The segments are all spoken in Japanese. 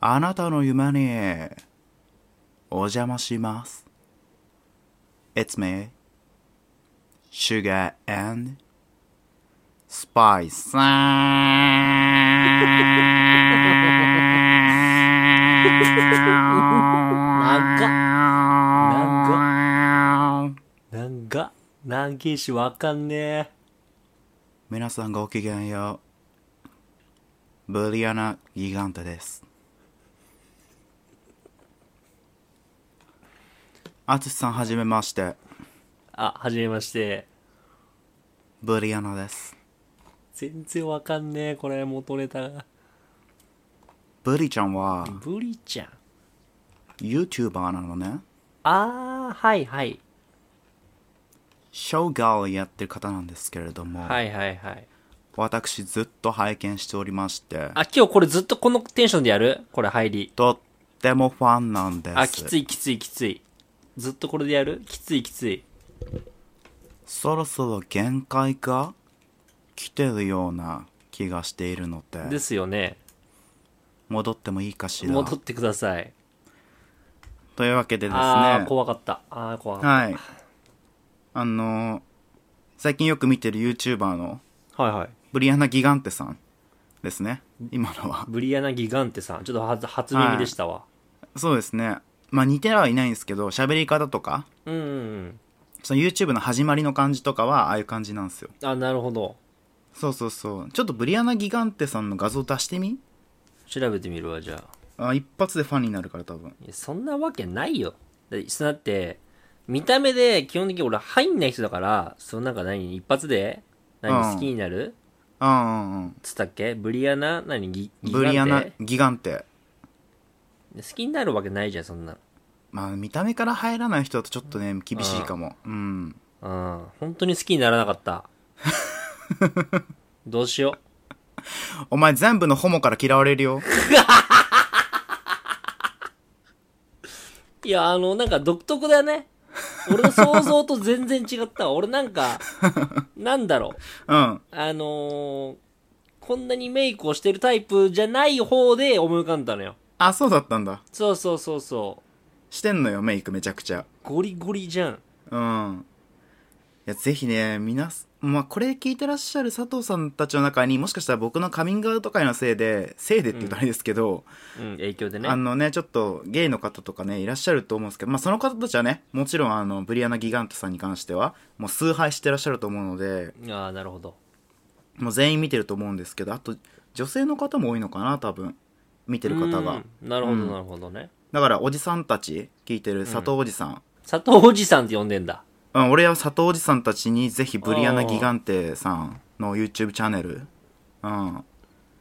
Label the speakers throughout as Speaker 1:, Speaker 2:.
Speaker 1: あなたの夢にお邪魔します。It's me, Sugar and Spice.
Speaker 2: 長っ長っ長いしわかんね
Speaker 1: 皆さんごきげんよう。ブリアナ・ギガンテです。アツシさんはじめまして。
Speaker 2: えあはじめまして
Speaker 1: ブリアナです。
Speaker 2: 全然わかんねえこれ元ネタが
Speaker 1: ブリちゃんは
Speaker 2: ブリちゃん
Speaker 1: YouTuber なのね。
Speaker 2: あーはいはい
Speaker 1: ショーガールやってる方なんですけれども、
Speaker 2: はいはいはい
Speaker 1: 私ずっと拝見しておりまして、
Speaker 2: あ今日これずっとこのテンションでやるこれ入り
Speaker 1: とってもファンなんです。
Speaker 2: あきついきついきついずっとこれでやるきついきつい
Speaker 1: そろそろ限界が来てるような気がしているので、
Speaker 2: ですよね
Speaker 1: 戻ってもいいかしら。
Speaker 2: 戻ってください、
Speaker 1: というわけでですね、
Speaker 2: ああ
Speaker 1: は
Speaker 2: 怖かったああ怖かっ
Speaker 1: い。あのー最近よく見てる YouTuber の
Speaker 2: たはいはい
Speaker 1: ブリアナ・ギガンテさんですね。今のは。
Speaker 2: ブリアナ・ギガンテさんちょっと初初耳でしたわ、
Speaker 1: そうですね。まあ似てはいないんですけど、喋り方とか、
Speaker 2: うんうん
Speaker 1: その YouTube の始まりの感じとかはああいう感じなんですよ
Speaker 2: うんあなるほど
Speaker 1: そうそうそうちょっとブリアナ・ギガンテさんの画像出してみ
Speaker 2: 調べてみるわじゃあ
Speaker 1: あ一発でファンになるから多分
Speaker 2: いやそんなわけないよだだって見た目で基本的に俺入んない人だからそのなんか何一発で
Speaker 1: うん
Speaker 2: 何好きになる、
Speaker 1: うんうんうん
Speaker 2: つったっけブリアナ何ギギガン
Speaker 1: ブ
Speaker 2: テ
Speaker 1: リアナ・ギガンテ
Speaker 2: 好きになるわけないじゃんそんなの
Speaker 1: まあ見た目から入らない人だとちょっとね厳しいかもうん
Speaker 2: うん本当に好きにならなかった どうしよ
Speaker 1: お前全部のホモから嫌われるよ
Speaker 2: ういやあのなんか独特だね俺の想像と全然違ったわ俺なん かなんだろう
Speaker 1: うん
Speaker 2: あのーこんなにメイクをしてるタイプじゃない方で思い浮かんだのよ
Speaker 1: あそうだったんだ
Speaker 2: そうそうそうそう。
Speaker 1: してんのよメイクめちゃくちゃ
Speaker 2: ゴリゴリじゃん。
Speaker 1: うんいやぜひね皆すまあこれ聞いてらっしゃる佐藤さんたちの中にもしかしたら僕のカミングアウト会のせいでせいでって言うとあれですけど、
Speaker 2: うん、影響でね。
Speaker 1: あのね、ちょっとゲイの方とかね、いらっしゃると思うんですけど、まあその方たちはね、もちろんあの、ブリアナ・ギガントさんに関しては、もう崇拝してらっしゃると思うので、
Speaker 2: ああ、なるほど。
Speaker 1: もう全員見てると思うんですけど、あと、女性の方も多いのかな、多分。見てる方が。
Speaker 2: うんなるほど、
Speaker 1: うん
Speaker 2: なるほどね。
Speaker 1: だから、おじさんたち、聞いてる佐藤おじさん。
Speaker 2: 佐藤おじさんって呼んでんだ。
Speaker 1: うん、俺は佐藤おじさんたちに、ぜひブリアナ・ギガンテさんの YouTube チャンネル、うん、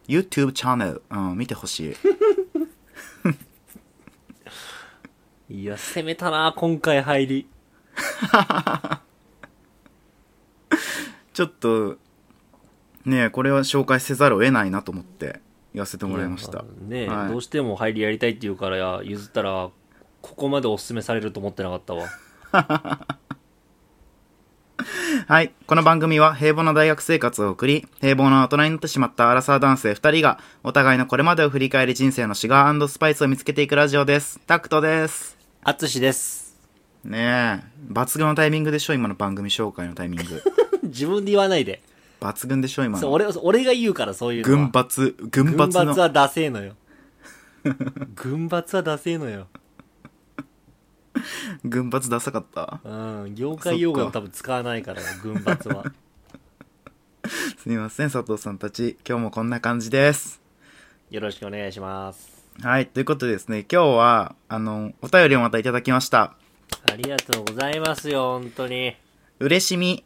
Speaker 1: YouTube チャンネル、うん、見てほしい。
Speaker 2: いや、攻めたな、今回入り。
Speaker 1: ちょっと、ねこれは紹介せざるを得ないなと思って、言わせてもらいまし
Speaker 2: あ
Speaker 1: た。
Speaker 2: のねえ、
Speaker 1: はい
Speaker 2: どうしても入りやりたいって言うからや、譲ったら、ここまでおすすめされると思ってなかったわ。
Speaker 1: はい。この番組は平凡な大学生活を送り、平凡な大人になってしまったアラサー男性2人が、お互いのこれまでを振り返り人生のシガースパイスを見つけていくラジオです。タクトです。
Speaker 2: あつしです。
Speaker 1: ねえ、抜群のタイミングでしょ、今の番組紹介のタイミン グ。
Speaker 2: 自分で言わないで。
Speaker 1: 抜群でしょ、今
Speaker 2: そう
Speaker 1: の。
Speaker 2: 俺、俺が言うから、そういうの
Speaker 1: 群
Speaker 2: は。
Speaker 1: 抜、群抜
Speaker 2: 軍閥
Speaker 1: の。
Speaker 2: はダセえ のよ。軍閥はダセえのよ。
Speaker 1: 群抜ダサかった。
Speaker 2: うん、業界用語も多分使わないから、軍閥 は。
Speaker 1: すみません、佐藤さんたち。今日もこんな感じです。
Speaker 2: よろしくお願いします。
Speaker 1: はい、ということでですね、今日は、あの、お便りをまたいただきました。
Speaker 2: ありがとうございますよ、本当に。
Speaker 1: 嬉しみ。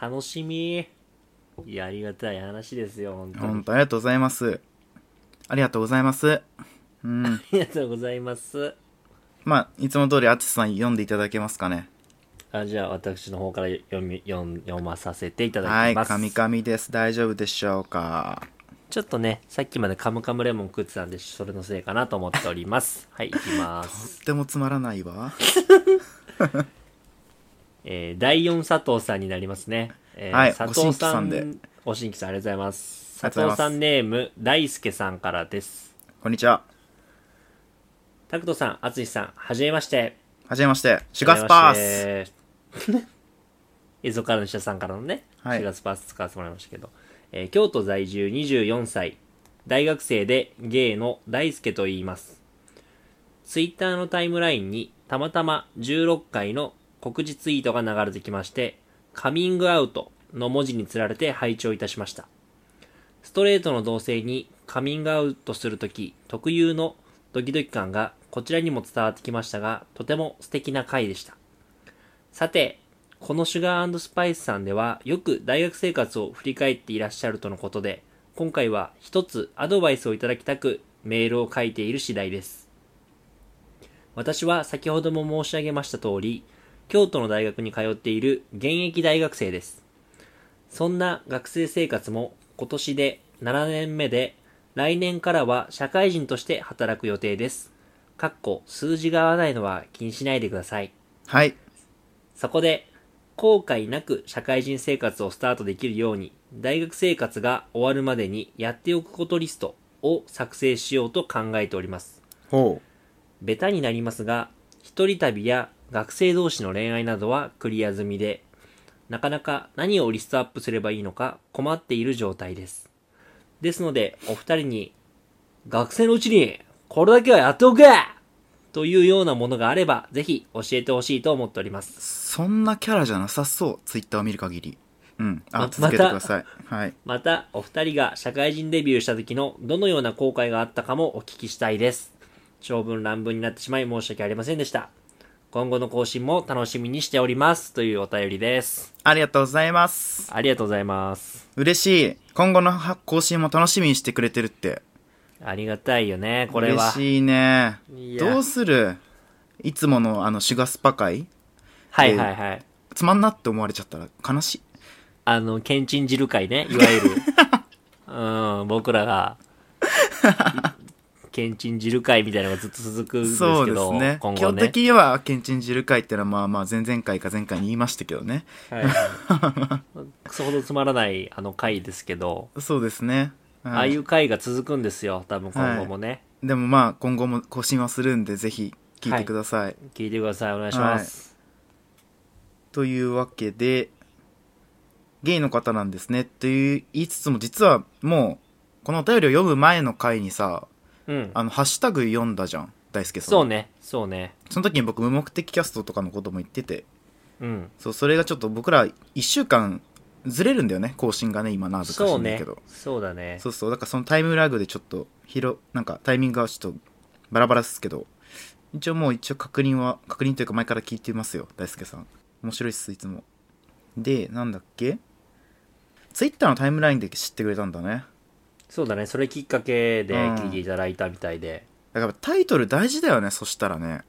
Speaker 2: 楽しみ。いや、ありがたい話ですよ、本当に
Speaker 1: 本。当ありがとうございます。ありがとうございます。うん。
Speaker 2: ありがとうございます。
Speaker 1: まあ、いつも通り、あつしさん読んでいただけますかね。
Speaker 2: あじゃあ、私の方から読み読ん読まさせていただ
Speaker 1: はい、
Speaker 2: きます。
Speaker 1: カミカミです。大丈夫でしょうか。
Speaker 2: ちょっとね、さっきまでカムカムレモン食ってたんで、それのせいかなと思っております。はい、いきます。
Speaker 1: とってもつまらないわ。
Speaker 2: えー、第4佐藤さんになりますね。えー
Speaker 1: はい
Speaker 2: 佐藤さん
Speaker 1: ご新規さん。
Speaker 2: お新規さん、ありがとうございます。
Speaker 1: ありがとうござい
Speaker 2: 佐藤
Speaker 1: ます
Speaker 2: さんネーム、大輔さんからです。
Speaker 1: こんにちは。
Speaker 2: タクトさん、アツシさん、はじめまして。
Speaker 1: はじめまして、シュガスパース。
Speaker 2: ス。エゾカルシャさんからのね、
Speaker 1: はい
Speaker 2: シュガスパース使わせてもらいましたけど、えー京都在住24歳、大学生でゲイの大輔と言います。ツイッターのタイムラインにたまたま16回の告示ツイートが流れてきまして、カミングアウトの文字につられて拝聴いたしました。ストレートの同性にカミングアウトするとき特有のドキドキ感がこちらにも伝わってきましたが、とても素敵な回でした。さて、このシュガースパイスさんではよく大学生活を振り返っていらっしゃるとのことで、今回は一つアドバイスをいただきたくメールを書いている次第です。私は先ほども申し上げました通り、京都の大学に通っている現役大学生です。そんな学生生活も今年で7年目で、来年からは社会人として働く予定です。かっこ数字が合わないのは気にしないでください。
Speaker 1: はい。
Speaker 2: そこで、後悔なく社会人生活をスタートできるように、大学生活が終わるまでにやっておくことリストを作成しようと考えております。
Speaker 1: ほ
Speaker 2: ベタになりますが、一人旅や学生同士の恋愛などはクリア済みで、なかなか何をリストアップすればいいのか困っている状態です。ですので、お二人に、学生のうちに、これだけはやっておけというようなものがあれば、ぜひ教えてほしいと思っております
Speaker 1: う。。そんなキャラじゃなさそう、ツイッターを見る限り。うん。あ、
Speaker 2: ま
Speaker 1: 続けてください。はい。
Speaker 2: また、お二人が社会人デビューした時のどのような後悔があったかもお聞きしたいです。長文乱文になってしまい申し訳ありませんでした。今後の更新も楽しみにしております。というお便りです。
Speaker 1: ありがとうございます。
Speaker 2: ありがとうございます。
Speaker 1: 嬉しい。今後の更新も楽しみにしてくれてるって。
Speaker 2: ありがたいよね、これ
Speaker 1: 嬉
Speaker 2: は。
Speaker 1: しいね
Speaker 2: い。や
Speaker 1: どうするいつものあの、シュガスパ会
Speaker 2: はいはいはい。
Speaker 1: つまんなって思われちゃったら悲しい。
Speaker 2: あの、けんちん汁会ね、いわゆ る。うん、僕らが。けんちん汁会みたいなのがずっと続くんですけど、
Speaker 1: そうですね。
Speaker 2: 今
Speaker 1: 基
Speaker 2: 後
Speaker 1: 本
Speaker 2: ね
Speaker 1: 的。には、けんちん汁会ってのは、まあまあ、前々回か前回に言いましたけどね。
Speaker 2: はい、くそほどつまらないあの回ですけど、
Speaker 1: そうですね。うん
Speaker 2: ああいう回が続くんですよ多分今後もね、
Speaker 1: でもまあ、今後も更新はするんで、ぜひ聞いてください。
Speaker 2: 聞いてくださいお願いします、
Speaker 1: というわけで、ゲイの方なんですねっていう言いつつも、実はもう、このお便りを読む前の回にさ、
Speaker 2: うん
Speaker 1: あの、ハッシュタグ読んだじゃん。大輔さん。
Speaker 2: そうねそうね
Speaker 1: その時に僕、無目的キャストとかのことも言ってて、
Speaker 2: うん
Speaker 1: そう、それがちょっと僕ら1週間ずれるんだよね、更新がね、今、なぜかしい
Speaker 2: そうん
Speaker 1: だ
Speaker 2: ね
Speaker 1: けど。
Speaker 2: そうだね
Speaker 1: そうそう、だからそのタイムラグでちょっと、広、なんかタイミングがちょっとバラバラですけど、一応もう一応確認は、確認というか前から聞いてますよ、大輔さん。面白いっす、いつも。で、なんだっけツイッターのタイムラインで知ってくれたんだね。
Speaker 2: そうだねそれきっかけで聞いていただいたみたいで、
Speaker 1: だからタイトル大事だよね、そしたらね。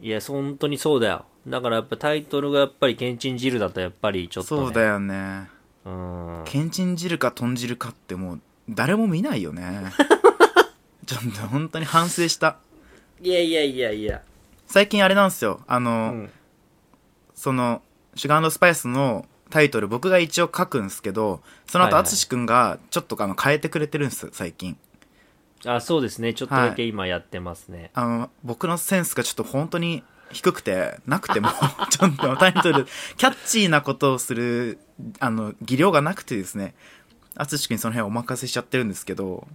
Speaker 2: いや本当にそうだよだからやっぱタイトルがやっぱりけんちん汁だとやっぱりちょっと、ね、
Speaker 1: そうだよね。
Speaker 2: うん
Speaker 1: けんちん汁か豚汁かってもう、誰も見ないよね。 ちょっと本当に反省した。
Speaker 2: いやいやいやいや
Speaker 1: 最近あれなんですよ、あ
Speaker 2: う
Speaker 1: の、
Speaker 2: ん
Speaker 1: その、シュガースパイスのタイトル、僕が一応書くんですけど、その
Speaker 2: はい
Speaker 1: 後、
Speaker 2: はい
Speaker 1: 淳くんがちょっとあの変えてくれてるんです、最近。
Speaker 2: あそうですねちょっとだけ今やってますね、
Speaker 1: あの、僕のセンスがちょっと本当に低くて、なくて も、ちょっとタイトル、キャッチーなことをする、あの、技量がなくてですね、淳くんにその辺はお任せしちゃってるんですけど、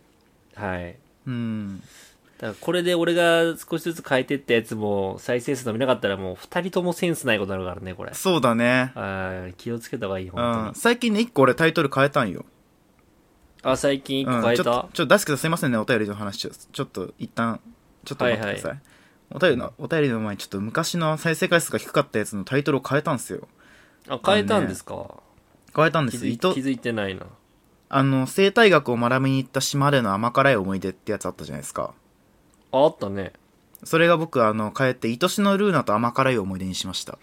Speaker 2: はい
Speaker 1: うん。
Speaker 2: だからこれで俺が少しずつ変えてったやつも再生数伸びなかったらもう二人ともセンスないことになるからねこれ
Speaker 1: そうだね。
Speaker 2: あー気をつけた方がいい本
Speaker 1: う
Speaker 2: 当に
Speaker 1: ん、、最近ね、一個俺タイトル変えたんよ。
Speaker 2: あ最近一
Speaker 1: う
Speaker 2: 個
Speaker 1: ん
Speaker 2: 変え、
Speaker 1: ちょったと、ちょっと大好きさんすいませんね、お便りの話を。ちょっと一旦、ちょっと待ってください。
Speaker 2: は
Speaker 1: お便りの、お便りの前にちょっと昔の再生回数が低かったやつのタイトルを変えたんですよ。
Speaker 2: あ変えたんですか、
Speaker 1: 変えたんで
Speaker 2: 気
Speaker 1: す
Speaker 2: づ
Speaker 1: よ。
Speaker 2: い
Speaker 1: 糸
Speaker 2: 気、づいてないな
Speaker 1: あの、生態学を学びに行った島での甘辛い思い出ってやつあったじゃないですか。
Speaker 2: ああったね
Speaker 1: それが僕、あの、変えて、愛しのルーナと甘辛い思い出にしました。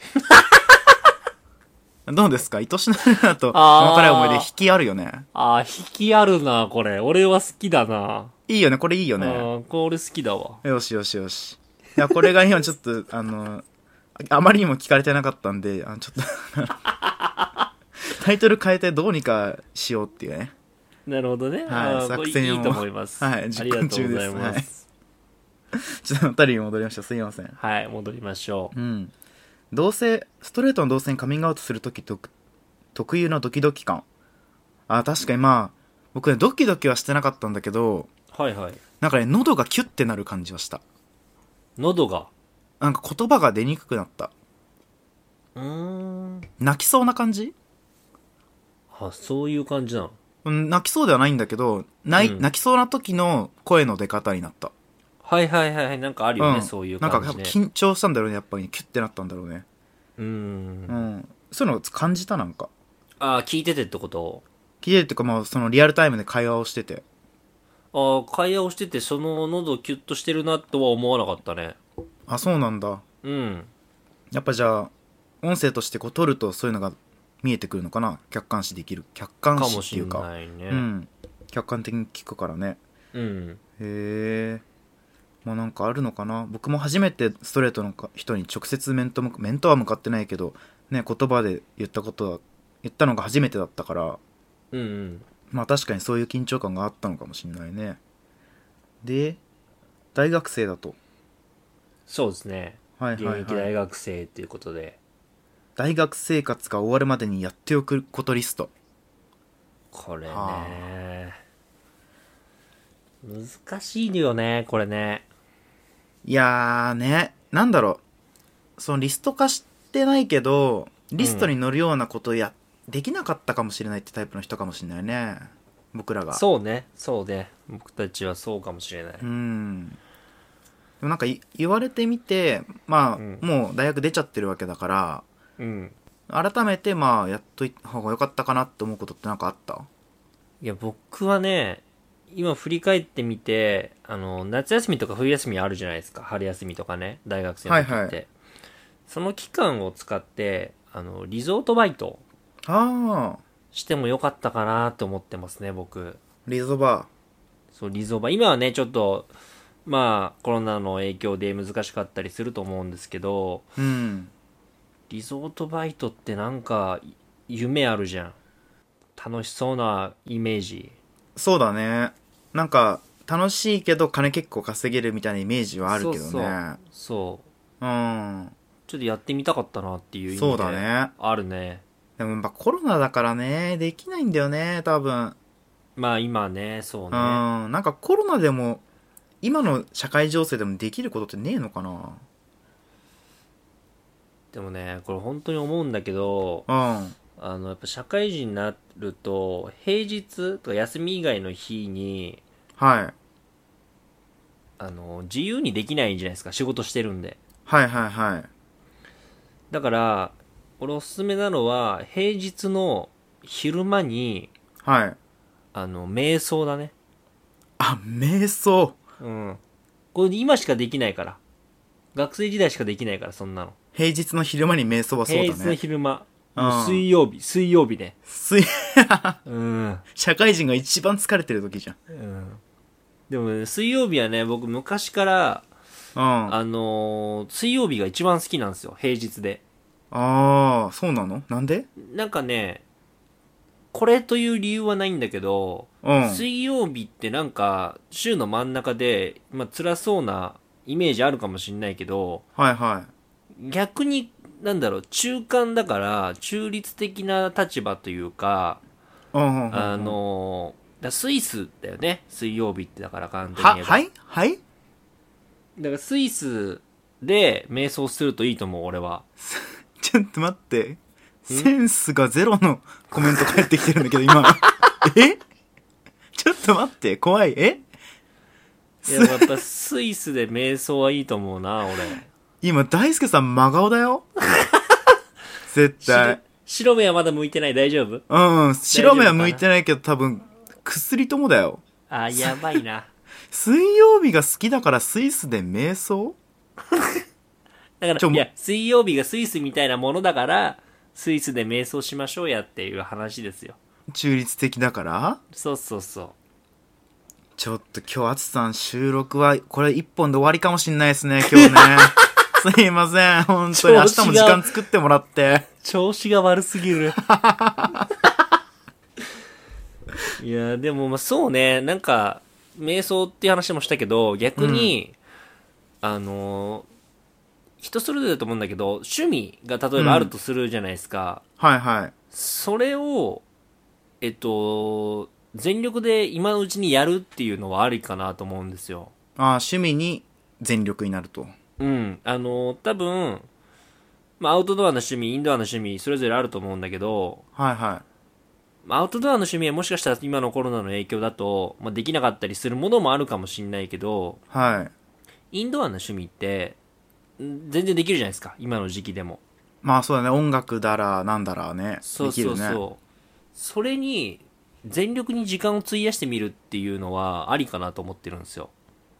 Speaker 1: どうですか愛しのルーナと甘辛い思い出引きあるよね。
Speaker 2: あー引きあるなこれ俺は好きだな、
Speaker 1: いいよね、これいいよ
Speaker 2: あ
Speaker 1: ね。
Speaker 2: ーこれ好きだわ
Speaker 1: よしよしよし。いや、これが今ちょっと、 あの、あまりにも聞かれてなかったんで、あのちょっと、タイトル変えてどうにかしようっていうね。
Speaker 2: なるほどね、
Speaker 1: はい
Speaker 2: あーこれ
Speaker 1: 作戦を
Speaker 2: いいと思います
Speaker 1: はい
Speaker 2: あ
Speaker 1: 実
Speaker 2: りが
Speaker 1: 行
Speaker 2: とう
Speaker 1: 中
Speaker 2: ご
Speaker 1: です
Speaker 2: ざいます、
Speaker 1: ちょっと二人に戻りました。すいません。
Speaker 2: はい、戻りましょう。
Speaker 1: うん。同性、ストレートの同性にカミングアウトするとき特、特有のドキドキ感。あ、確かにまあ、僕ね、ドキドキはしてなかったんだけど、
Speaker 2: はいはい。
Speaker 1: なんかね、喉がキュッてなる感じはした。
Speaker 2: 喉が。
Speaker 1: なんか言葉が出にくくなった。
Speaker 2: うーん。
Speaker 1: 泣きそうな感じ
Speaker 2: あ、そういう感じなの。
Speaker 1: うん、泣きそうではないんだけど、泣い、
Speaker 2: うん
Speaker 1: 泣きそうな時の声の出方になった。
Speaker 2: はいはいはいはい、なんかあるよね、そういう感じ、ね。
Speaker 1: なんかやっぱ緊張したんだろうね、やっぱり、キュッてなったんだろうね。
Speaker 2: うー。
Speaker 1: うんん。そういうの感じたなんか。
Speaker 2: あー聞いててってこと
Speaker 1: 聞いてるっていうか、まあ、そのリアルタイムで会話をしてて。
Speaker 2: あー会話をしてて、その喉キュッとしてるなとは思わなかったね。
Speaker 1: あ、そうなんだ。
Speaker 2: うん。
Speaker 1: やっぱじゃあ、音声としてこう撮るとそういうのが見えてくるのかな客観視できる。客観
Speaker 2: か
Speaker 1: 視
Speaker 2: も
Speaker 1: って
Speaker 2: し
Speaker 1: い
Speaker 2: れ
Speaker 1: うか。
Speaker 2: ないね。
Speaker 1: うん。客観的に聞くからね。
Speaker 2: うん。
Speaker 1: へえ。まあなんかあるのかな僕も初めてストレートのか人に直接面と向か、面とは向かってないけど、ね、言葉で言ったことは、言ったのが初めてだったから、
Speaker 2: うんうん。
Speaker 1: まあ確かにそういう緊張感があったのかもしれないね。で、大学生だと。
Speaker 2: そうですね。
Speaker 1: はい
Speaker 2: 現
Speaker 1: はい、
Speaker 2: 役
Speaker 1: は
Speaker 2: 大
Speaker 1: い。
Speaker 2: 学生っていうことで。
Speaker 1: 大学生活が終わるまでにやっておくことリスト。
Speaker 2: これ
Speaker 1: は
Speaker 2: ね。難しいよね、これね。
Speaker 1: いやーね、なんだろう。そのリスト化してないけど、リストに載るようなことや、できなかったかもしれないってタイプの人かもしれないね。僕らが。
Speaker 2: そうね、そうね。僕たちはそうかもしれない。
Speaker 1: うん。でもなんかい言われてみて、まあ、
Speaker 2: うん
Speaker 1: もう大学出ちゃってるわけだから、
Speaker 2: うん。
Speaker 1: 改めてまあ、やっといた方が良かったかなって思うことってなんかあった
Speaker 2: いや、僕はね、今振り返ってみて、あの、夏休みとか冬休みあるじゃないですか。春休みとかね、大学生の時って。
Speaker 1: はいは
Speaker 2: その期間を使って、あの、リゾートバイト
Speaker 1: ああ、
Speaker 2: してもよかったかなと思ってますね、僕。
Speaker 1: リゾバ
Speaker 2: そう、リゾーバ。今はね、ちょっと、まあ、コロナの影響で難しかったりすると思うんですけど、
Speaker 1: ー。うん。
Speaker 2: リゾートバイトってなんか、い夢あるじゃん。楽しそうなイメージ。
Speaker 1: そうだね。なんか、楽しいけど金結構稼げるみたいなイメージはあるけどね。
Speaker 2: そうそうそう。
Speaker 1: うん。
Speaker 2: ちょっとやってみたかったなっていう意味で。
Speaker 1: そうだね。
Speaker 2: あるね。
Speaker 1: でもやっぱコロナだからね、できないんだよね、多分。
Speaker 2: まあ今ね、そう
Speaker 1: うん。
Speaker 2: ね。
Speaker 1: なんかコロナでも、今の社会情勢でもできることってねえのかな
Speaker 2: でもね、これ本当に思うんだけど、
Speaker 1: うん。
Speaker 2: あの、やっぱ社会人になると、平日とか休み以外の日に、
Speaker 1: はい。
Speaker 2: あの、自由にできないじゃないですか、仕事してるんで。
Speaker 1: はいはいはい。
Speaker 2: だから、俺おすすめなのは、平日の昼間に、
Speaker 1: はい。
Speaker 2: あの、瞑想だね。
Speaker 1: あ、瞑想。
Speaker 2: うん。これ今しかできないから。学生時代しかできないから、そんなの。
Speaker 1: 平日の昼間に瞑想はそう
Speaker 2: 平
Speaker 1: だ
Speaker 2: 日の
Speaker 1: ね。
Speaker 2: 昼間。
Speaker 1: うん
Speaker 2: 水曜日、水曜日ね。
Speaker 1: すい
Speaker 2: うん。
Speaker 1: 社会人が一番疲れてる時じ
Speaker 2: うんでもね、水曜日はね、僕昔から、
Speaker 1: ゃん。うん。あ
Speaker 2: あのー水曜日が一番好きなんですよ、平日で。
Speaker 1: あー、そうなのなんで
Speaker 2: なんかね、これという理由はないんだけど、
Speaker 1: うん。
Speaker 2: 水曜日ってなんか、週の真ん中で、まあ辛そうなイメージあるかもしんないけど、
Speaker 1: はいはい。
Speaker 2: 逆に、なんだろう、中間だから、中立的な立場というか、
Speaker 1: うんうんうんうん。
Speaker 2: あのーだスイスだよね、水曜日ってだから簡単に言
Speaker 1: は、
Speaker 2: えば
Speaker 1: はいはい
Speaker 2: だからスイスで瞑想するといいと思う、俺は。
Speaker 1: ちょっと待って。センスがゼロのコメント返ってきてるんだけど、今 の。えちょっと待って、怖い。え
Speaker 2: いや、やっぱスイスで瞑想はいいと思うな、俺。
Speaker 1: 今、大輔さん真顔だよ絶
Speaker 2: 白
Speaker 1: 対。
Speaker 2: 白目はまだ向いてない、大丈夫
Speaker 1: うん、白目は向いてないけど多分、薬ともだよ。
Speaker 2: あ、やばいな。
Speaker 1: 水曜日が好きだからスイスで瞑想
Speaker 2: だか
Speaker 1: ちょ
Speaker 2: ら、いや、水曜日がスイスみたいなものだから、スイスで瞑想しましょうやっていう話ですよ。
Speaker 1: 中立的だから
Speaker 2: そうそうそ
Speaker 1: ちょっと今日、あつさん収録は、これ一本で終わりかもしんないですね、今日ね。すいません、本当に。明日も時間作ってもらって。
Speaker 2: う。調子が悪すぎる。 いや、でも、まあ、そうね、なんか、瞑想っていう話もしたけど、逆に、あのー人それぞれだと思うんだけど、趣味が例えばあるとするじゃないですか。
Speaker 1: はいはい。
Speaker 2: それを、えっと、全力で今のうちにやるっていうのはありかなと思うんですよ。
Speaker 1: ああ、趣味に全力になると。
Speaker 2: うん。あのー多分、まあ、アウトドアの趣味、インドアの趣味、それぞれあると思うんだけど、
Speaker 1: はいは
Speaker 2: まあアウトドアの趣味はもしかしたら今のコロナの影響だと、まあ、できなかったりするものもあるかもしれないけど、
Speaker 1: い。はい。
Speaker 2: インドアの趣味って、ん全然できるじゃないですか。今の時期でも。
Speaker 1: まあそうだね、音楽だら、なんだらね。
Speaker 2: そうそう
Speaker 1: できる
Speaker 2: そう。
Speaker 1: ね。
Speaker 2: それに、全力に時間を費やしてみるっていうのはありかなと思ってるんですよ。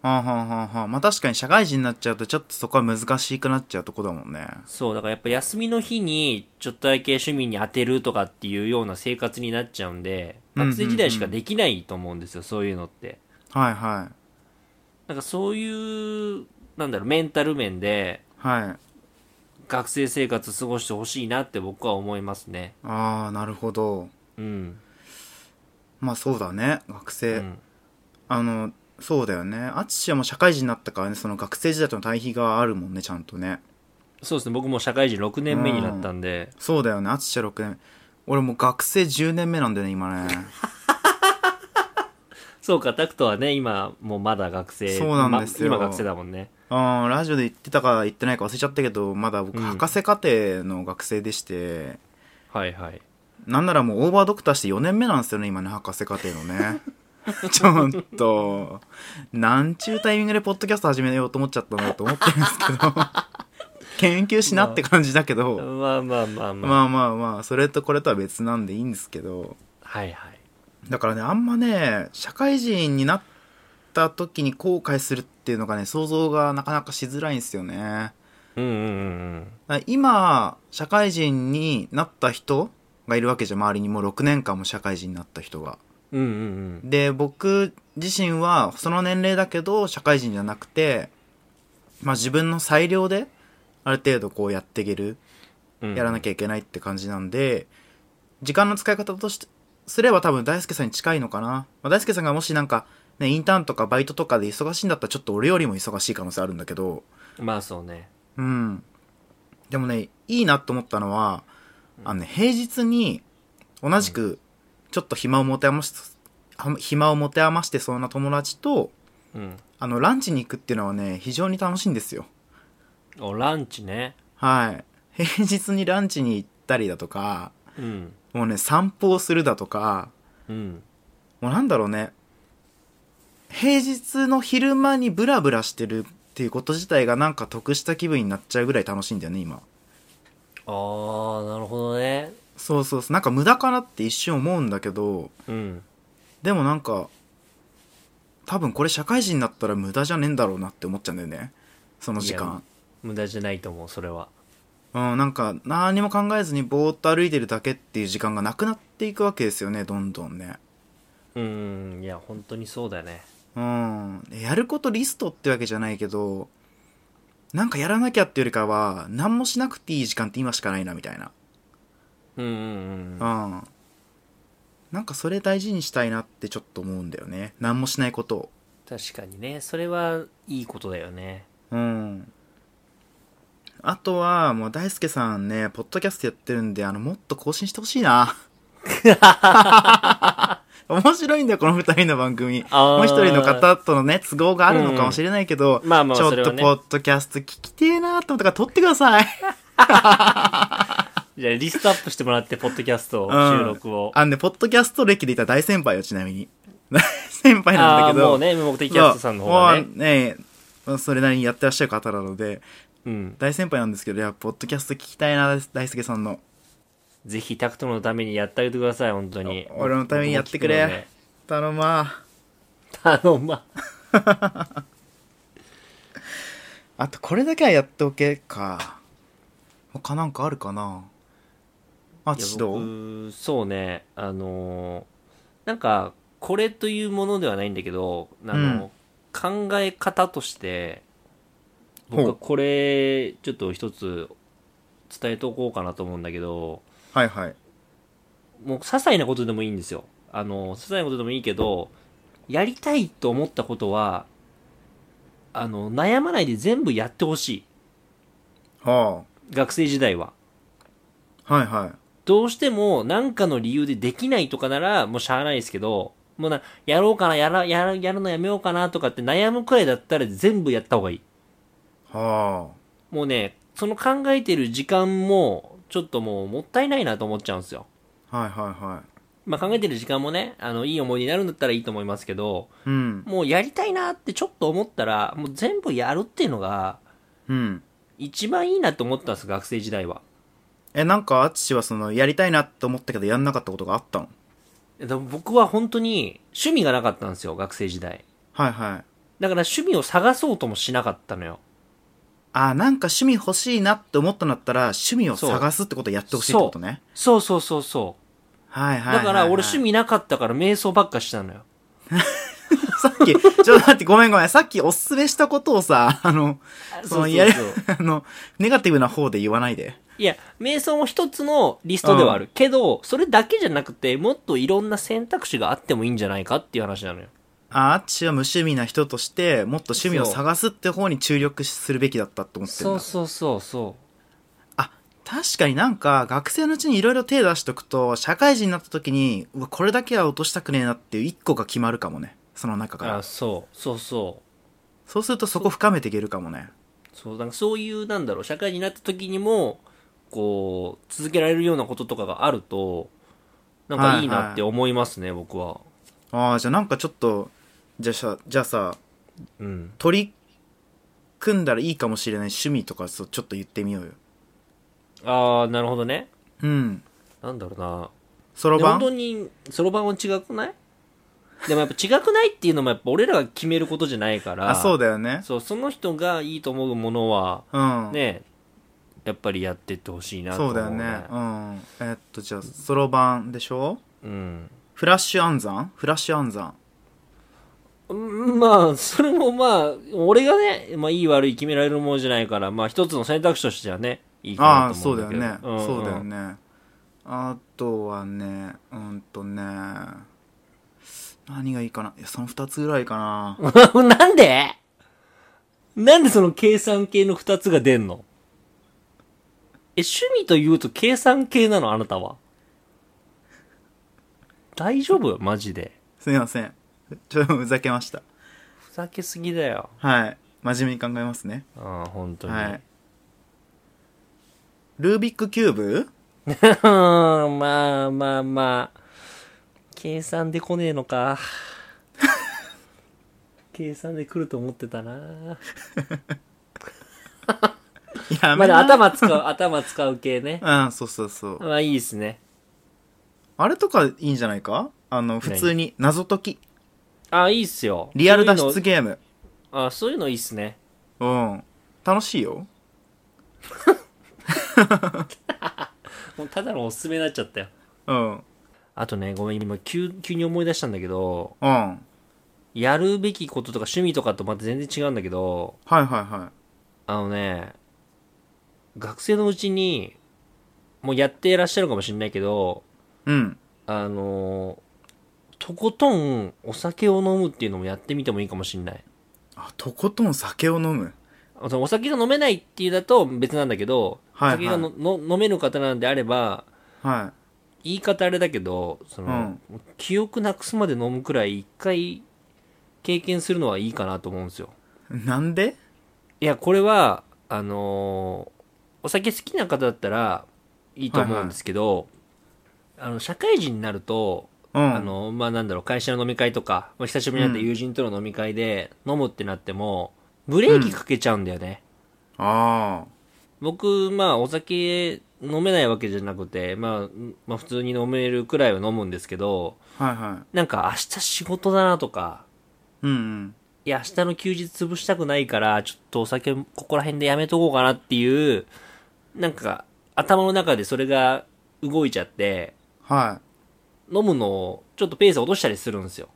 Speaker 1: はあ、はあはあはあ、まあ確かに社会人になっちゃうとちょっとそこは難しくなっちゃうとこだもんね。
Speaker 2: そう、だからやっぱ休みの日にちょっとだけ趣味に当てるとかっていうような生活になっちゃうんで、
Speaker 1: うんうんうん
Speaker 2: 学生時代しかできないと思うんですよ、そういうのって。
Speaker 1: はいはい。
Speaker 2: なんかそういう、なんだろう、メンタル面で
Speaker 1: はい。
Speaker 2: 学生生活過ごしてほしいなって僕は思いますね。
Speaker 1: ああ、なるほど。
Speaker 2: うん。
Speaker 1: まあそうだね、学
Speaker 2: う
Speaker 1: 生。
Speaker 2: ん、
Speaker 1: あの、そうだよね。アツシはもう社会人になったからね、その学生時代との対比があるもんね、ちゃんとね。
Speaker 2: そうですね、僕もう社会人6年目になったんで、
Speaker 1: そうだよね、アツシは6年。俺もう学生10年目なんだよね、今ね。
Speaker 2: そうか、タクトはね、今、もうまだ学生。
Speaker 1: そうなんですよ
Speaker 2: ま今学生だもんね。
Speaker 1: あーラジオで言ってたか言ってないか忘れちゃったけど、まだ僕、
Speaker 2: うん
Speaker 1: 博士課程の学生でして、
Speaker 2: はいはい。
Speaker 1: なんならもうオーバードクターして4年目なんですよね、今ね、博士課程の ね。ちょっと、なんちゅうタイミングでポッドキャスト始めようと思っちゃったんだと思ってるんですけ ど、研究しなって感じだけど、
Speaker 2: まあまあまあまあ。
Speaker 1: まあまあまあ、それとこれとは別なんでいいんですけど、
Speaker 2: はいはい。
Speaker 1: だからね、あんまね、社会人になった時に後悔するっていうのがね、想像がなかなかしづらいんですよね。
Speaker 2: うんうんうん
Speaker 1: だから今、社会人になった人がいるわけじゃん、周りにもう6年間も社会人になった人が。
Speaker 2: うん。うんうん
Speaker 1: で、僕自身は、その年齢だけど、社会人じゃなくて、まあ自分の裁量で、ある程度こうやっていける
Speaker 2: うん。
Speaker 1: やらな
Speaker 2: き
Speaker 1: きゃいけないって感じなんで、時間の使い方として、すれば多分大輔さんに近いのかな。まあ、大輔さんがもしなんか、ね、インターンとかバイトとかで忙しいんだったらちょっと俺よりも忙しい可能性あるんだけど、
Speaker 2: ゃ。まあそうね。
Speaker 1: うん。でもね、いいなと思ったのは、あのね、平日に、同じく、ちょっと暇を持て余し、暇を持て余してそうな友達と、
Speaker 2: うん。
Speaker 1: あの、ランチに行くっていうのはね、非常に楽しいんですよ。
Speaker 2: お、ランチね。
Speaker 1: はい。平日にランチに行ったりだとか、
Speaker 2: うん。
Speaker 1: もうね、散歩をするだとか、
Speaker 2: うん。
Speaker 1: もうなんだろうね、平日の昼間にブラブラしてるっていうこと自体がなんか得した気分になっちゃうぐらい楽しいんだよね、今。
Speaker 2: ああ、なるほどね。
Speaker 1: そうそうそう、なんか無駄かなって一瞬思うんだけど、
Speaker 2: うん。
Speaker 1: でもなんか、多分これ社会人になったら無駄じゃねえんだろうなって思っちゃうんだよね。その時
Speaker 2: い
Speaker 1: 間
Speaker 2: や。無駄じゃないと思う、それは。
Speaker 1: うん、なんか何も考えずにぼーっと歩いてるだけっていう時間がなくなっていくわけですよね、どんどんね。
Speaker 2: うん。いや、本当にそうだね。
Speaker 1: うん。やることリストってわけじゃないけど、なんかやらなきゃっていうよりかは、何もしなくていい時間って今しかないな、みたいな。
Speaker 2: うんうんうん。
Speaker 1: うん。なんかそれ大事にしたいなってちょっと思うんだよね。何もしないことを。
Speaker 2: 確かにね。それはいいことだよね。
Speaker 1: うん。あとは、もう大輔さんね、ポッドキャストやってるんで、あの、もっと更新してほしい な。面白いんだよ、この二人の番組。
Speaker 2: あー
Speaker 1: もう一人の方とのね、都合があるのかもしれないけど、
Speaker 2: うんまあまあ
Speaker 1: ちょっ
Speaker 2: それ
Speaker 1: と
Speaker 2: は
Speaker 1: ポ
Speaker 2: ね
Speaker 1: ッドキャスト聞きてえなと思ったから撮ってください。
Speaker 2: じゃあ、リストアップしてもらって、ポッドキャストを
Speaker 1: うん
Speaker 2: 収録を。
Speaker 1: あのね、ポッドキャスト歴でいた大先輩よ、ちなみに。大先輩
Speaker 2: あ
Speaker 1: な
Speaker 2: あ
Speaker 1: んだけど。
Speaker 2: ー、もうね、無目的キャストさんの方が
Speaker 1: そ
Speaker 2: ね。
Speaker 1: うもうね、それなりにやってらっしゃる方なので、
Speaker 2: うん。
Speaker 1: 大先輩なんですけど、いや、ポッドキャスト聞きたいな、大輔さんの。
Speaker 2: ぜひタクトのためにやってあげてください、本当に。
Speaker 1: お俺のためにやってくれ
Speaker 2: 僕も聞くので
Speaker 1: 頼ま。
Speaker 2: 頼むわ。
Speaker 1: あと、これだけはやっておけか。他なんかあるかなあ、
Speaker 2: いや
Speaker 1: ちどう
Speaker 2: 僕、そうね、あのーなんか、これというものではないんだけど、あの、考え方として、
Speaker 1: ほう
Speaker 2: 僕はこれ、ちょっと一つ伝えておこうかなと思うんだけど、
Speaker 1: はいはい。
Speaker 2: もう、些細なことでもいいんですよ。あの、些細なことでもいいけど、やりたいと思ったことは、あの、悩まないで全部やってほしい。
Speaker 1: は
Speaker 2: 学生時代は。
Speaker 1: あ。はいはい。
Speaker 2: どうしても何かの理由でできないとかならもうしゃあないですけど、もうな、やろうかな、やら、やら、やるのやめようかなとかって悩むくらいだったら全部やった方がいい。
Speaker 1: は
Speaker 2: もうね、その考えてる時間も、ちょっともうもったいないなと思っちゃうんですよ。
Speaker 1: あ。はいはいは
Speaker 2: まあ、考えてる時間もね、あの、いい思いになるんだったらいいと思いますけど、
Speaker 1: い。うん。
Speaker 2: もうやりたいなってちょっと思ったら、もう全部やるっていうのが、
Speaker 1: うん。
Speaker 2: 一番いいなと思ったんです、学生時代は。
Speaker 1: え、なんか、あつしはその、やりたいなと思ったけど、やんなかったことがあったの
Speaker 2: でも僕は本当に趣味がなかったんですよ、学生時代。
Speaker 1: はいはい。
Speaker 2: だから趣味を探そうともしなかったのよ。
Speaker 1: あ、なんか趣味欲しいなって思ったんだったら、趣味を探すってことをやってほしいってことね。
Speaker 2: そうそうそうそう。
Speaker 1: はいはいはい、
Speaker 2: だから俺趣
Speaker 1: 味。
Speaker 2: 味なかったから瞑想ばっかしてたのよ。
Speaker 1: さっき、ちょっと待って、ごめんごめん。さっきおすすめしたことをさ、あの、その、
Speaker 2: う
Speaker 1: や る
Speaker 2: そうそう、
Speaker 1: あの、ネガティブな方で言わないで。
Speaker 2: いや、瞑想も一つのリストではある。けど、それだけじゃなくて、もっといろんな選択肢があってもいいんじゃないかっていう話なのよ。
Speaker 1: あ、あっちは無趣味な人として、もっと趣味を
Speaker 2: そう
Speaker 1: 探すって方に注力するべきだったって思ってるん
Speaker 2: そう
Speaker 1: だ。
Speaker 2: そうそうそ
Speaker 1: あ、確かになんか、学生のうちにいろいろ手出しとくと、社会人になった時に、うわ、これだけは落としたくねえなっていう一個が決まるかもね。その中
Speaker 2: う。
Speaker 1: から
Speaker 2: あ、。そう、そうそう。
Speaker 1: そうするとそこ深めていけるかもね。
Speaker 2: そう、なんかそういう、なんだろう、社会になった時にも、こう、続けられるようなこととかがあると、なんかいいなって思いますね、僕は。
Speaker 1: ああ、じゃあなんかちょっと、じゃあさ、じゃあさ、
Speaker 2: うん。
Speaker 1: 取り組んだらいいかもしれない趣味とかそうちょっと言ってみようよ。
Speaker 2: あー、なるほどね。
Speaker 1: うん。
Speaker 2: なんだろうな。
Speaker 1: そろ
Speaker 2: で
Speaker 1: ば
Speaker 2: 本
Speaker 1: ん
Speaker 2: 当に、そろばんは違くないでもやっぱ違くないっていうのもやっぱ俺らが決めることじゃないから。
Speaker 1: あ、そうだよね。
Speaker 2: そう、その人がいいと思うものは、
Speaker 1: うん。
Speaker 2: ね、やっぱりやってってほしいなと
Speaker 1: そう
Speaker 2: 思う、
Speaker 1: だよね。うん。えっと、じゃあ、そろばんでしょ
Speaker 2: うん。
Speaker 1: フラッシュ暗算フラッシュ暗算。
Speaker 2: うんまあ、それもまあ、俺がね、まあ、いい悪い決められるものじゃないから、まあ、一つの選択肢としてはね、いい
Speaker 1: あ
Speaker 2: か
Speaker 1: あ、
Speaker 2: なと
Speaker 1: そ
Speaker 2: 思
Speaker 1: う
Speaker 2: う
Speaker 1: だ
Speaker 2: んだ
Speaker 1: よ
Speaker 2: けど。
Speaker 1: ね。
Speaker 2: んん
Speaker 1: そうだよね。あとはね、うんとね、何がいいかな。いや、その二つぐらいかな。
Speaker 2: なんでなんでその計算系の二つが出んのえ、趣味というと計算系なのあなたは。大丈夫マジで。
Speaker 1: すみません。ちょっとふざけました。
Speaker 2: ふざけすぎだよ。
Speaker 1: はい。真面目に考えますね。
Speaker 2: うん、本当に。
Speaker 1: はい。ルービックキューブ
Speaker 2: うんまあまあまあ。計算で来ねえ のか。計算で来ると思ってたな。
Speaker 1: や
Speaker 2: ま
Speaker 1: め
Speaker 2: だ
Speaker 1: な。
Speaker 2: 頭使う、頭使う系ね。
Speaker 1: うん、そうそうそう。
Speaker 2: まあいいですね。
Speaker 1: あれとかいいんじゃないかあの、普通に謎解き。
Speaker 2: あ、いいっすよ。
Speaker 1: リアル脱
Speaker 2: そう
Speaker 1: 出
Speaker 2: いう
Speaker 1: ゲーム。
Speaker 2: のあ、そういうのいいっすね。
Speaker 1: うん。楽しいよ。
Speaker 2: もうただのおすすめになっちゃったよ。
Speaker 1: うん。
Speaker 2: あとね、ごめん、今急、急に思い出したんだけど、
Speaker 1: うん。はい
Speaker 2: やるべきこととか趣味とかとまた全然違うんだけど、
Speaker 1: はいは
Speaker 2: あのね、学生のうちに、もうやっていらっしゃるかもしれないけど、
Speaker 1: い。うん。
Speaker 2: あのーとことんお酒を飲むっていうのもやってみてもいいかもしんない。
Speaker 1: あ、とことん酒を飲む。
Speaker 2: あそのお酒が飲めないっていうだと別なんだけど、
Speaker 1: はい
Speaker 2: お酒がのの飲める方なんであれば、
Speaker 1: は
Speaker 2: 言い方あれだけど、その、記憶なくすまで飲むくらい一回経験するのはいいかなと思うんですよ。
Speaker 1: い。なんで
Speaker 2: いや、これは、あのーお酒好きな方だったらいいと思うんですけど、あの、社会人になると、
Speaker 1: うん。
Speaker 2: あの、まあ、なんだろう、会社の飲み会とか、まあ久しぶりになった友人との飲み会で飲むってなっても、ブレーキかけちゃうんだよね。
Speaker 1: あ
Speaker 2: 僕、まあ、お酒飲めないわけじゃなくて、まあ、うんまあ、普通に飲めるくらいは飲むんですけど、
Speaker 1: あ。はいは
Speaker 2: なんか明日仕事だなとか、
Speaker 1: い。うんうん。
Speaker 2: いや、明日の休日潰したくないから、ちょっとお酒ここら辺でやめとこうかなっていう、なんか、頭の中でそれが動いちゃって、
Speaker 1: はい。
Speaker 2: 飲むのをちょっとペース落としたりするんですよ。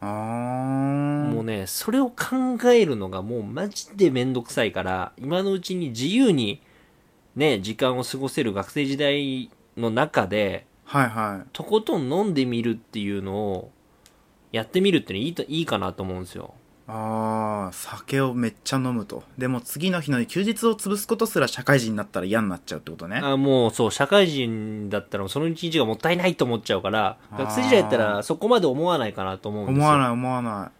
Speaker 1: あ
Speaker 2: も
Speaker 1: ー。
Speaker 2: うね、それを考えるのがもうマジでめんどくさいから、今のうちに自由にね、時間を過ごせる学生時代の中で、
Speaker 1: はいはい。
Speaker 2: とことん飲んでみるっていうのをやってみるっていうのいいといいかなと思うんですよ。
Speaker 1: ああ、酒をめっちゃ飲むと。でも次の日の休日を潰すことすら社会人になったら嫌になっちゃうってことね。
Speaker 2: あもうそう、社会人だったらその一日がもったいないと思っちゃうから、
Speaker 1: あー
Speaker 2: 学生時代やったらそこまで思わないかなと思うんですよ。
Speaker 1: 思わない思わな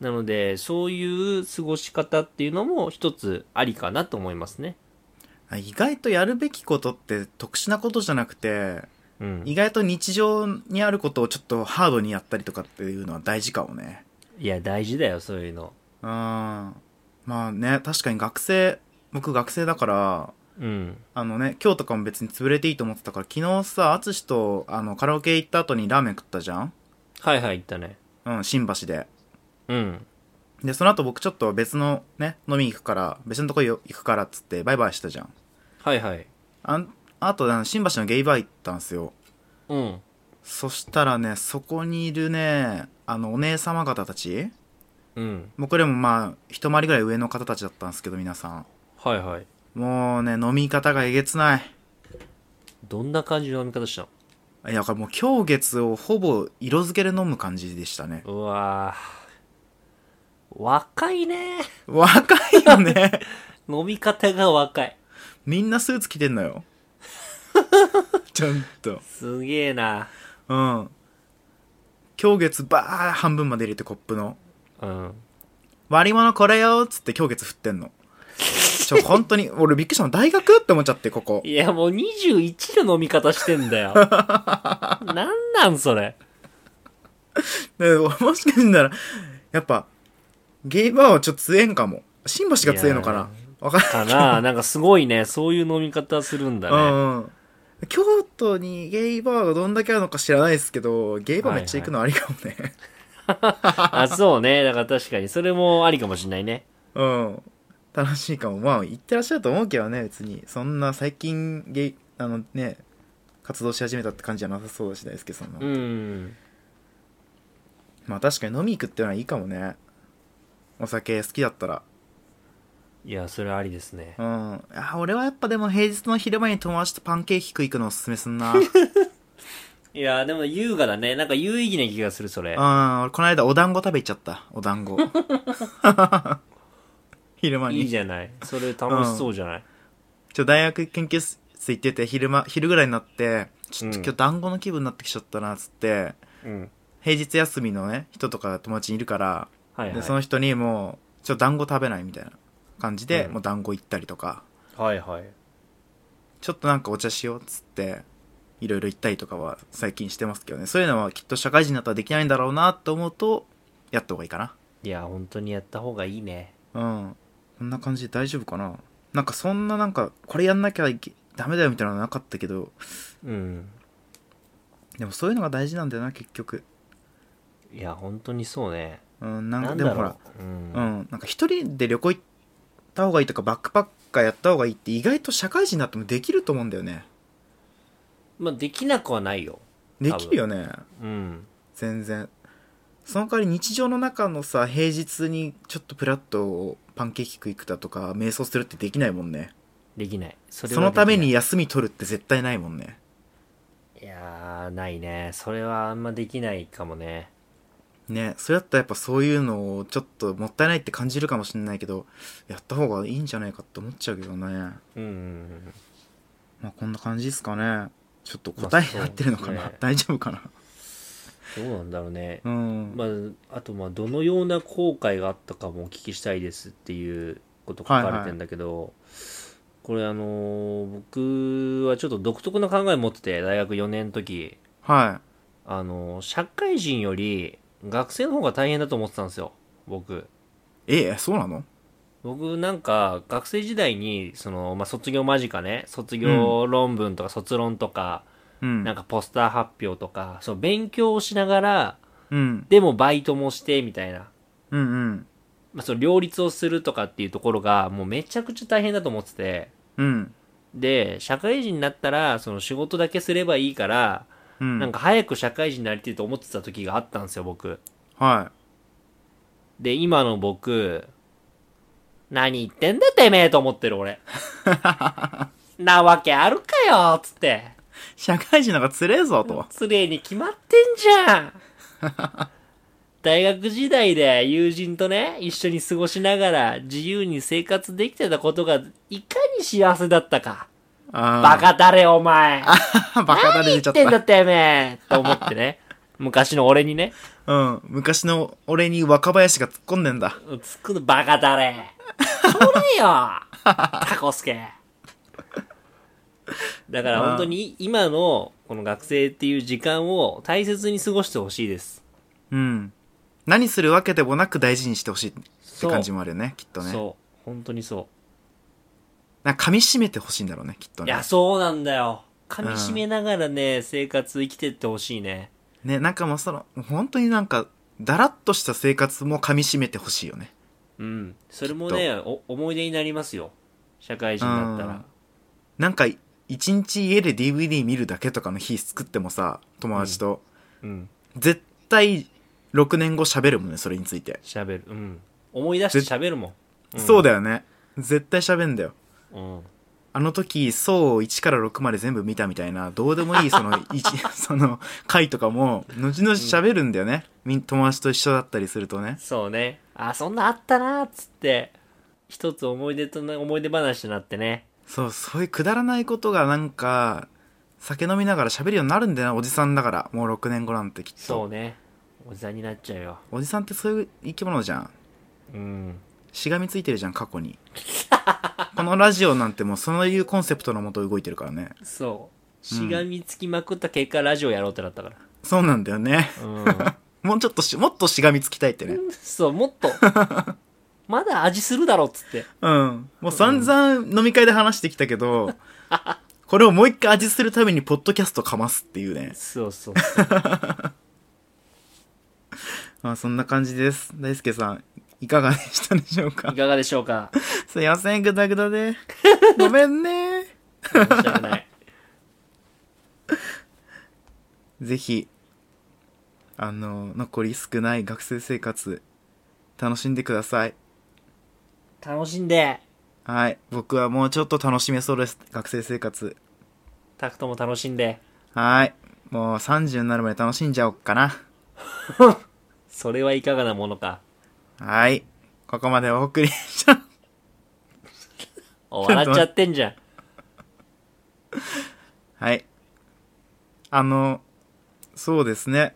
Speaker 2: なので、そういう過ごし方っていうのも一つありかなと思いますね。
Speaker 1: い。意外とやるべきことって特殊なことじゃなくて、
Speaker 2: うん。
Speaker 1: 意外と日常にあることをちょっとハードにやったりとかっていうのは大事かもね。
Speaker 2: いや、大事だよ、そういうの。
Speaker 1: うん。まあね、確かに学生、僕学生だから、
Speaker 2: うん。
Speaker 1: あのね、今日とかも別に潰れていいと思ってたから、昨日さ、淳とあのカラオケ行った後にラーメン食ったじゃん
Speaker 2: はいはい、言ったね。
Speaker 1: うん、新橋で。
Speaker 2: うん。
Speaker 1: で、その後僕ちょっと別のね、飲み行くから、別のとこよ行くからっつってバイバイしたじゃん。
Speaker 2: はいはい。
Speaker 1: あんあと、あの新橋のゲイバー行ったんすよ。
Speaker 2: うん。
Speaker 1: そしたらね、そこにいるね、あの、お姉様方たち
Speaker 2: うん。
Speaker 1: もうこれもまあ、一回りぐらい上の方たちだったんですけど、皆さん。
Speaker 2: はいはい。
Speaker 1: もうね、飲み方がえげつない。
Speaker 2: どんな感じの飲み方した
Speaker 1: いや、だからもう、今月をほぼ色付けで飲む感じでしたね。
Speaker 2: のうわぁ。若いね
Speaker 1: 若いよね。
Speaker 2: 飲み方が若い。
Speaker 1: みんなスーツ着てんのよ。 ちゃんと。
Speaker 2: すげえな
Speaker 1: うん。今月ばー半分まで入れてコップの。
Speaker 2: うん。
Speaker 1: 割り物これよーっつって今月振ってんの。ちょ、本当に、俺びっくりしたの。大学って思っちゃって、ここ。
Speaker 2: いや、もう21の飲み方してんだ よ。なんなんそれ。
Speaker 1: でもしかしたら、やっぱ、ゲイバーはちょっと強えんかも。新橋が強えのか
Speaker 2: い
Speaker 1: な
Speaker 2: や
Speaker 1: わかん
Speaker 2: かななんかすごいね。そういう飲み方するんだ
Speaker 1: う
Speaker 2: ね。
Speaker 1: んうん。京都にゲイバーがどんだけあるのか知らないですけど、ゲイバーめっちゃ行くのありかもね。
Speaker 2: あ、そうね。だから確かに、それもありかもしんないね。
Speaker 1: うん。楽しいかも。まあ、行ってらっしゃると思うけどね、別に。そんな最近、ゲイ、あのね、活動し始めたって感じじゃなさそうだしないですけど、その。
Speaker 2: うん。
Speaker 1: まあ確かに飲み行くってのはいいかもね。お酒好きだったら。
Speaker 2: いや、それありですね。
Speaker 1: うん。あ、俺はやっぱでも平日の昼間に友達とパンケーキ食い行くのおすすめすん な。
Speaker 2: いや、でも優雅だね。なんか有意義な気がする、それ。
Speaker 1: うん、俺この間お団子食べ行っちゃった。お団子。 昼間に。
Speaker 2: いいじゃない。それ楽しそうじゃない。
Speaker 1: ちょ、大学研究室行ってて、昼間、昼ぐらいになって、ちょっと
Speaker 2: うん
Speaker 1: 今日団子の気分になってきちゃったな、つって、
Speaker 2: うん。
Speaker 1: 平日休みのね、人とか友達にいるから、
Speaker 2: はいはい。
Speaker 1: でその人にもう、ちょ、団子食べないみたいな感じで、
Speaker 2: うん
Speaker 1: もう団子行ったりとか、
Speaker 2: はいはい。
Speaker 1: ちょっとなんかお茶しよう、つって、いろいろ行ったりとかは最近してますけどね。そういうのはきっと社会人になったらできないんだろうな、と思うと、やった方がいいか
Speaker 2: いや、本当にやった方がいいね。
Speaker 1: な。うん。こんな感じで大丈夫かな。なんかそんななんか、これやんなきゃいけ、ダメだよみたいなのなかったけど、
Speaker 2: うん。
Speaker 1: でもそういうのが大事なんだよな、結局。
Speaker 2: いや、本当にそうね。
Speaker 1: うん、なん
Speaker 2: な
Speaker 1: か
Speaker 2: ん
Speaker 1: でも
Speaker 2: だ
Speaker 1: ほ
Speaker 2: ろ
Speaker 1: ら
Speaker 2: う、。うん。
Speaker 1: うん、なんか一人で旅行行った方がいいとか、バックパッカーやった方がいいって、意外と社会人になってもできると思うんだよね。
Speaker 2: まあ、できなくはないよ。
Speaker 1: できるよね、
Speaker 2: うん。
Speaker 1: 全然。その代わり日常の中のさ、平日にちょっとプラッとパンケーキ食い行くだとか、瞑想するってできないもんね。
Speaker 2: できない。それ
Speaker 1: そ
Speaker 2: は
Speaker 1: の
Speaker 2: できな
Speaker 1: た
Speaker 2: い
Speaker 1: めに。休み取るって絶対ないもんね。
Speaker 2: いやー、ないね。それはあんまできないかもね。
Speaker 1: ね、それだったらやっぱそういうのをちょっともったいないって感じるかもしれないけど、やった方がいいんじゃないかって思っちゃうけどね。
Speaker 2: うんうんうん。
Speaker 1: まあこんな感じですかね。ちょっと答えになってるのかな、
Speaker 2: まあそうですね
Speaker 1: 大丈夫かな
Speaker 2: どうなんだろうね。
Speaker 1: うん。
Speaker 2: まあ、あと、まあ、どのような後悔があったかもお聞きしたいですっていうこと書かれてんだけど、これあのー僕はちょっと独特な考え持ってて、大学4年の時、
Speaker 1: は
Speaker 2: あのー社会人より学生の方が大変だと思ってたんですよ、僕。
Speaker 1: い。え、そうなの
Speaker 2: 僕なんか学生時代にその、まあ、卒業間近ね卒業論文とか卒論とか、
Speaker 1: うん。
Speaker 2: なんかポスター発表とかそう勉強をしながら
Speaker 1: うん。
Speaker 2: でもバイトもしてみたいな、
Speaker 1: うんうん。
Speaker 2: まあ、その両立をするとかっていうところがもうめちゃくちゃ大変だと思ってて
Speaker 1: うん。
Speaker 2: で社会人になったらその仕事だけすればいいから、
Speaker 1: うん。
Speaker 2: なんか早く社会人になりたいと思ってた時があったんですよ僕
Speaker 1: は
Speaker 2: で今の僕何言ってんだてめえと思って る俺なわけあるかよつって
Speaker 1: い。社会人なんかつれえぞと。
Speaker 2: つれに決まってんじゃん大学時代で友人とね、一緒に過ごしながら自由に生活できてたことがいかに幸せだったか。バ
Speaker 1: バ
Speaker 2: カだれお前。
Speaker 1: カ バカだれ
Speaker 2: 何
Speaker 1: 出ちゃ
Speaker 2: 言
Speaker 1: っ
Speaker 2: ってんだ
Speaker 1: た。
Speaker 2: ってめえと思ってね。昔の俺にね、
Speaker 1: うん。昔の俺に若林が突っ込んでんだ。
Speaker 2: つくのバカだれ。それ よタコスケ。だから本当に今のこの学生っていう時間を大切に過ごしてほしいです。
Speaker 1: うん。何するわけでもなく大事にしてほしいって
Speaker 2: そう
Speaker 1: 感じもあるよね、きっとね。
Speaker 2: そう。本当にそう。
Speaker 1: なんか噛み締めてほしいんだろうね、きっと
Speaker 2: い
Speaker 1: ね
Speaker 2: や、。そうなんだよ。噛み締めながらね、生活生きてってほしいね。
Speaker 1: ね、なんかもうその、本当になんか、だらっとした生活も噛み締めてほしいよね。
Speaker 2: うん。それもね、お思い出になりますよ。社会人だったら。
Speaker 1: なんか、一日家で DVD 見るだけとかの日作ってもさ、友達と、
Speaker 2: うん。
Speaker 1: 絶対、6年後喋るもんね、それについて。
Speaker 2: 喋る。うん。思い出して喋るもん。うん
Speaker 1: そうだよね。絶対喋んだよ。
Speaker 2: うん。
Speaker 1: あの時、そう1から6まで全部見たみたいな、どうでもいいそ の、一その、回とかも、後々喋るんだよね。み友達と一緒だったりするとね。
Speaker 2: そうね。あ、そんなあったなーっつって、一つ思い出とな、思い出話になってね。
Speaker 1: そう、そういうくだらないことがなんか、酒飲みながら喋るようになるんだよな、おじさんだから。もう6年後なんてきっ
Speaker 2: そ
Speaker 1: と。
Speaker 2: うね。おじさんになっちゃうよ。
Speaker 1: おじさんってそういう生き物じゃん。
Speaker 2: うん。
Speaker 1: しがみついてるじゃん、過去に。 このラジオなんてもうそういうコンセプトのもと動いてるからね。
Speaker 2: そう。しがみつきまくった結果、ラジオやろうってなったから。
Speaker 1: そうなんだよね。
Speaker 2: うん。
Speaker 1: もうちょっとし、もっとしがみつきたいってね。
Speaker 2: そう、もっと。まだ味するだろっつって。
Speaker 1: うん。もう散々飲み会で話してきたけど、これをもう一回味するためにポッドキャストかますっていうね。
Speaker 2: そうそう。
Speaker 1: まあそんな感じです。大輔さん、いかがでしたでしょうか
Speaker 2: いかがでしょうか
Speaker 1: すいません、ぐだぐだで。ごめんね。
Speaker 2: 申し訳ない。
Speaker 1: ぜひ、あの、残り少ない学生生活、楽しんでください。
Speaker 2: 楽しんで、
Speaker 1: はい。僕はもうちょっと楽しめそうです。学生生活。
Speaker 2: タクトも楽しんで、
Speaker 1: はい。もう30になるまで楽しんじゃおうかな。
Speaker 2: それはいかがなものか。
Speaker 1: はい。ここまでお送りしちゃ
Speaker 2: お笑っちゃってんじゃん。
Speaker 1: はい。あの、そうですね。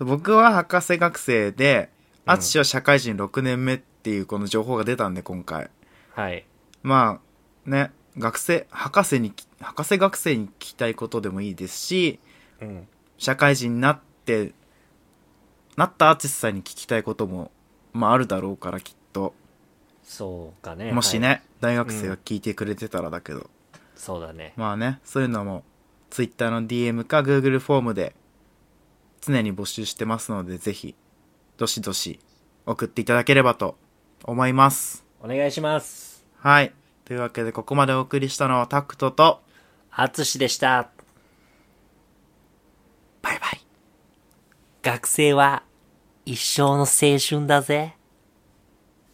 Speaker 1: 僕は博士学生で、
Speaker 2: うん
Speaker 1: アツシは社会人6年目っていうこの情報が出たんで、今回。
Speaker 2: はい。
Speaker 1: まあ、ね、学生、博士にき、博士学生に聞きたいことでもいいですし、
Speaker 2: うん。
Speaker 1: 社会人になって、なったアーティストさんに聞きたいことも、まああるだろうからきっと。
Speaker 2: そうかね。
Speaker 1: もしね、
Speaker 2: はい
Speaker 1: 大学生が聞いてくれてたらだけど。
Speaker 2: そうだね。
Speaker 1: まあね、そういうのも、Twitter の DM か Google フォームで、常に募集してますので、ぜひ、どしどし、送っていただければと思います。
Speaker 2: お願いします。
Speaker 1: はい。というわけで、ここまでお送りしたのはタクトと、
Speaker 2: あつしでした。バイバイ。学生は一生の青春だぜ。